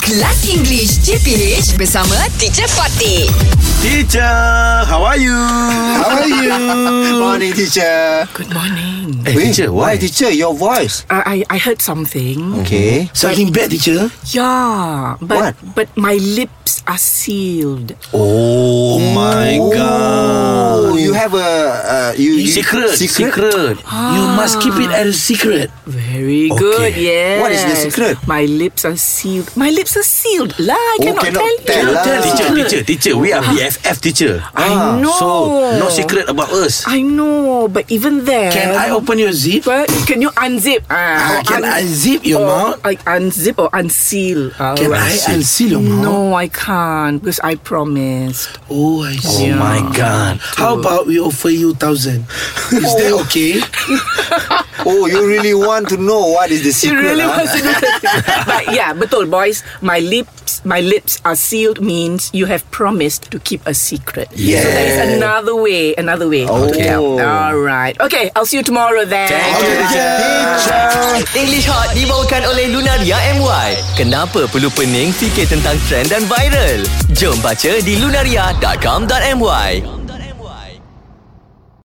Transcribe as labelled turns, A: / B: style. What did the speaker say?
A: Kelas English CPH bersama Teacher Fatih.
B: Teacher, how are you?
C: How are you? Morning, teacher.
D: Good morning.
B: Eh,
C: Wait,
B: teacher, why?
C: teacher? Your voice.
D: Uh, I I heard something.
C: Okay.
B: Something bad, teacher?
D: Yeah, but
C: Oh. What?
D: but my lips are sealed.
B: Oh, my God.
C: Oh, you have a uh, you, you
B: Secret, secret. You
E: Ah.
B: must keep it as a secret.
D: Very
B: Okay.
D: good. Yes.
C: What is the secret?
D: My lips are sealed. My lips are sealed. La, I
C: Oh,
D: cannot,
C: cannot
D: tell
C: tell
D: you.
C: lah.
B: Tell teacher,
C: Ah.
B: teacher, teacher. We are BFF, teacher. Ah.
D: I know.
B: So, no secret about us.
D: I know, but even then.
E: Can I open your zip?
D: But can you unzip?
E: Ah,
D: Ah, or
E: can I Oh, zip your
D: or
E: mouth?
D: Like unzip or unseal. Ah,
E: Can I
D: right.
E: unseal your mouth?
D: No, I can't because I promised.
E: Oh, I see.
B: Oh, my God.
E: How about we offer you thousand? Is that okay?
C: Oh, you really want to know what is the
D: She
C: secret?
D: really
C: ah?
D: wants to do that. But yeah, betul boys, my lips my lips are sealed means you have promised to keep a secret.
C: Yeah.
D: So there is another way, another way.
C: Okay.
D: All right. Okay, I'll see you tomorrow then.
C: Okay, teacher. teacher.
F: English Hot dibawakan oleh Lunaria MY. Kenapa perlu pening fikir tentang trend dan viral? Jom baca di lunaria.com.my.